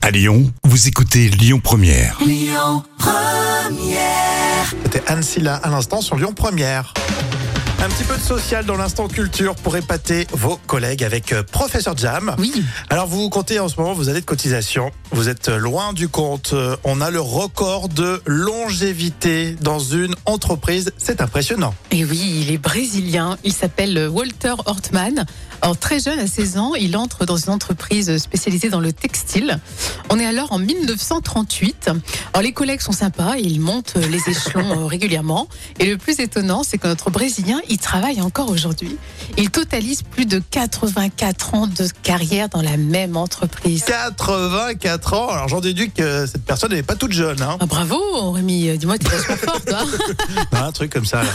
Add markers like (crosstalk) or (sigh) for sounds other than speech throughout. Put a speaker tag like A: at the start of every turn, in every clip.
A: À Lyon, vous écoutez Lyon Première.
B: C'était Anne Silla à l'instant sur Lyon Première. Un petit peu de social dans l'instant culture pour épater vos collègues avec euh, Professeur Jam.
C: Oui.
B: Alors vous comptez en ce moment, vous allez de cotisation, vous êtes loin du compte. Euh, On a le record de longévité dans une entreprise, c'est impressionnant.
C: Et Eh oui, il est brésilien. Il s'appelle Walter Hortman. Alors, très jeune, à 16 ans, il entre dans une entreprise spécialisée dans le textile. On est alors en 1938. Alors, les collègues sont sympas. Ils montent les échelons euh, régulièrement. Et le plus étonnant, c'est que notre Brésilien, il travaille encore aujourd'hui. Il totalise plus de 84 ans de carrière dans la même entreprise.
B: 84 ans, alors j'en déduis que cette personne n'est pas toute jeune.
C: (laughs)
B: Hein.
C: Ah, bravo, Rémi. Dis-moi, t'es vachement fort, toi.
B: Un truc comme ça. là.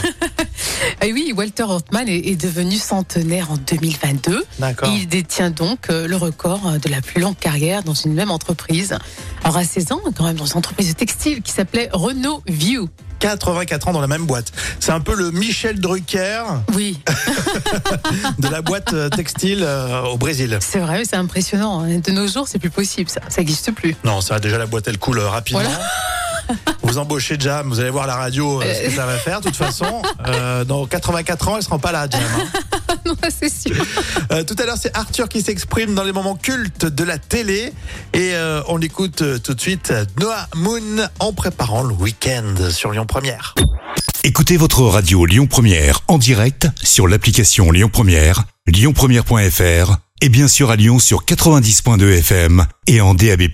C: Et Eh oui, Walter Hortman est, est devenu centenaire en 2022.
B: D'accord.
C: Il détient donc euh, le record euh, de la plus longue carrière dans une même entreprise. Alors à 16 ans, quand même dans une entreprise de textile qui s'appelait Renault View.
B: 84 ans dans la même boîte. C'est un peu le Michel Drucker
C: Oui,
B: de la boîte euh, textile euh, au Brésil.
C: c'est vrai, c'est impressionnant. hein. De nos jours, c'est plus possible, ça, ça n'existe plus.
B: Non, ça va déjà la boîte elle coule euh, rapidement.
C: Voilà.
B: (laughs) Vous embauchez Jam, vous allez voir la radio euh, ce que ça va faire. De toute façon, euh, dans 84 ans, elle sera pas là, Jam. hein.
C: (laughs) non, ça, c'est sûr.
B: Euh, tout à l'heure, c'est Arthur qui s'exprime dans les moments cultes de la télé. Et euh, on l'écoute euh, tout de suite, euh, Noah Moon, en préparant le week-end sur Lyon Première.
A: Écoutez votre radio Lyon Première en direct sur l'application Lyon Première, lyonpremière.fr et bien sûr à Lyon sur 90.2 FM et en DAB+.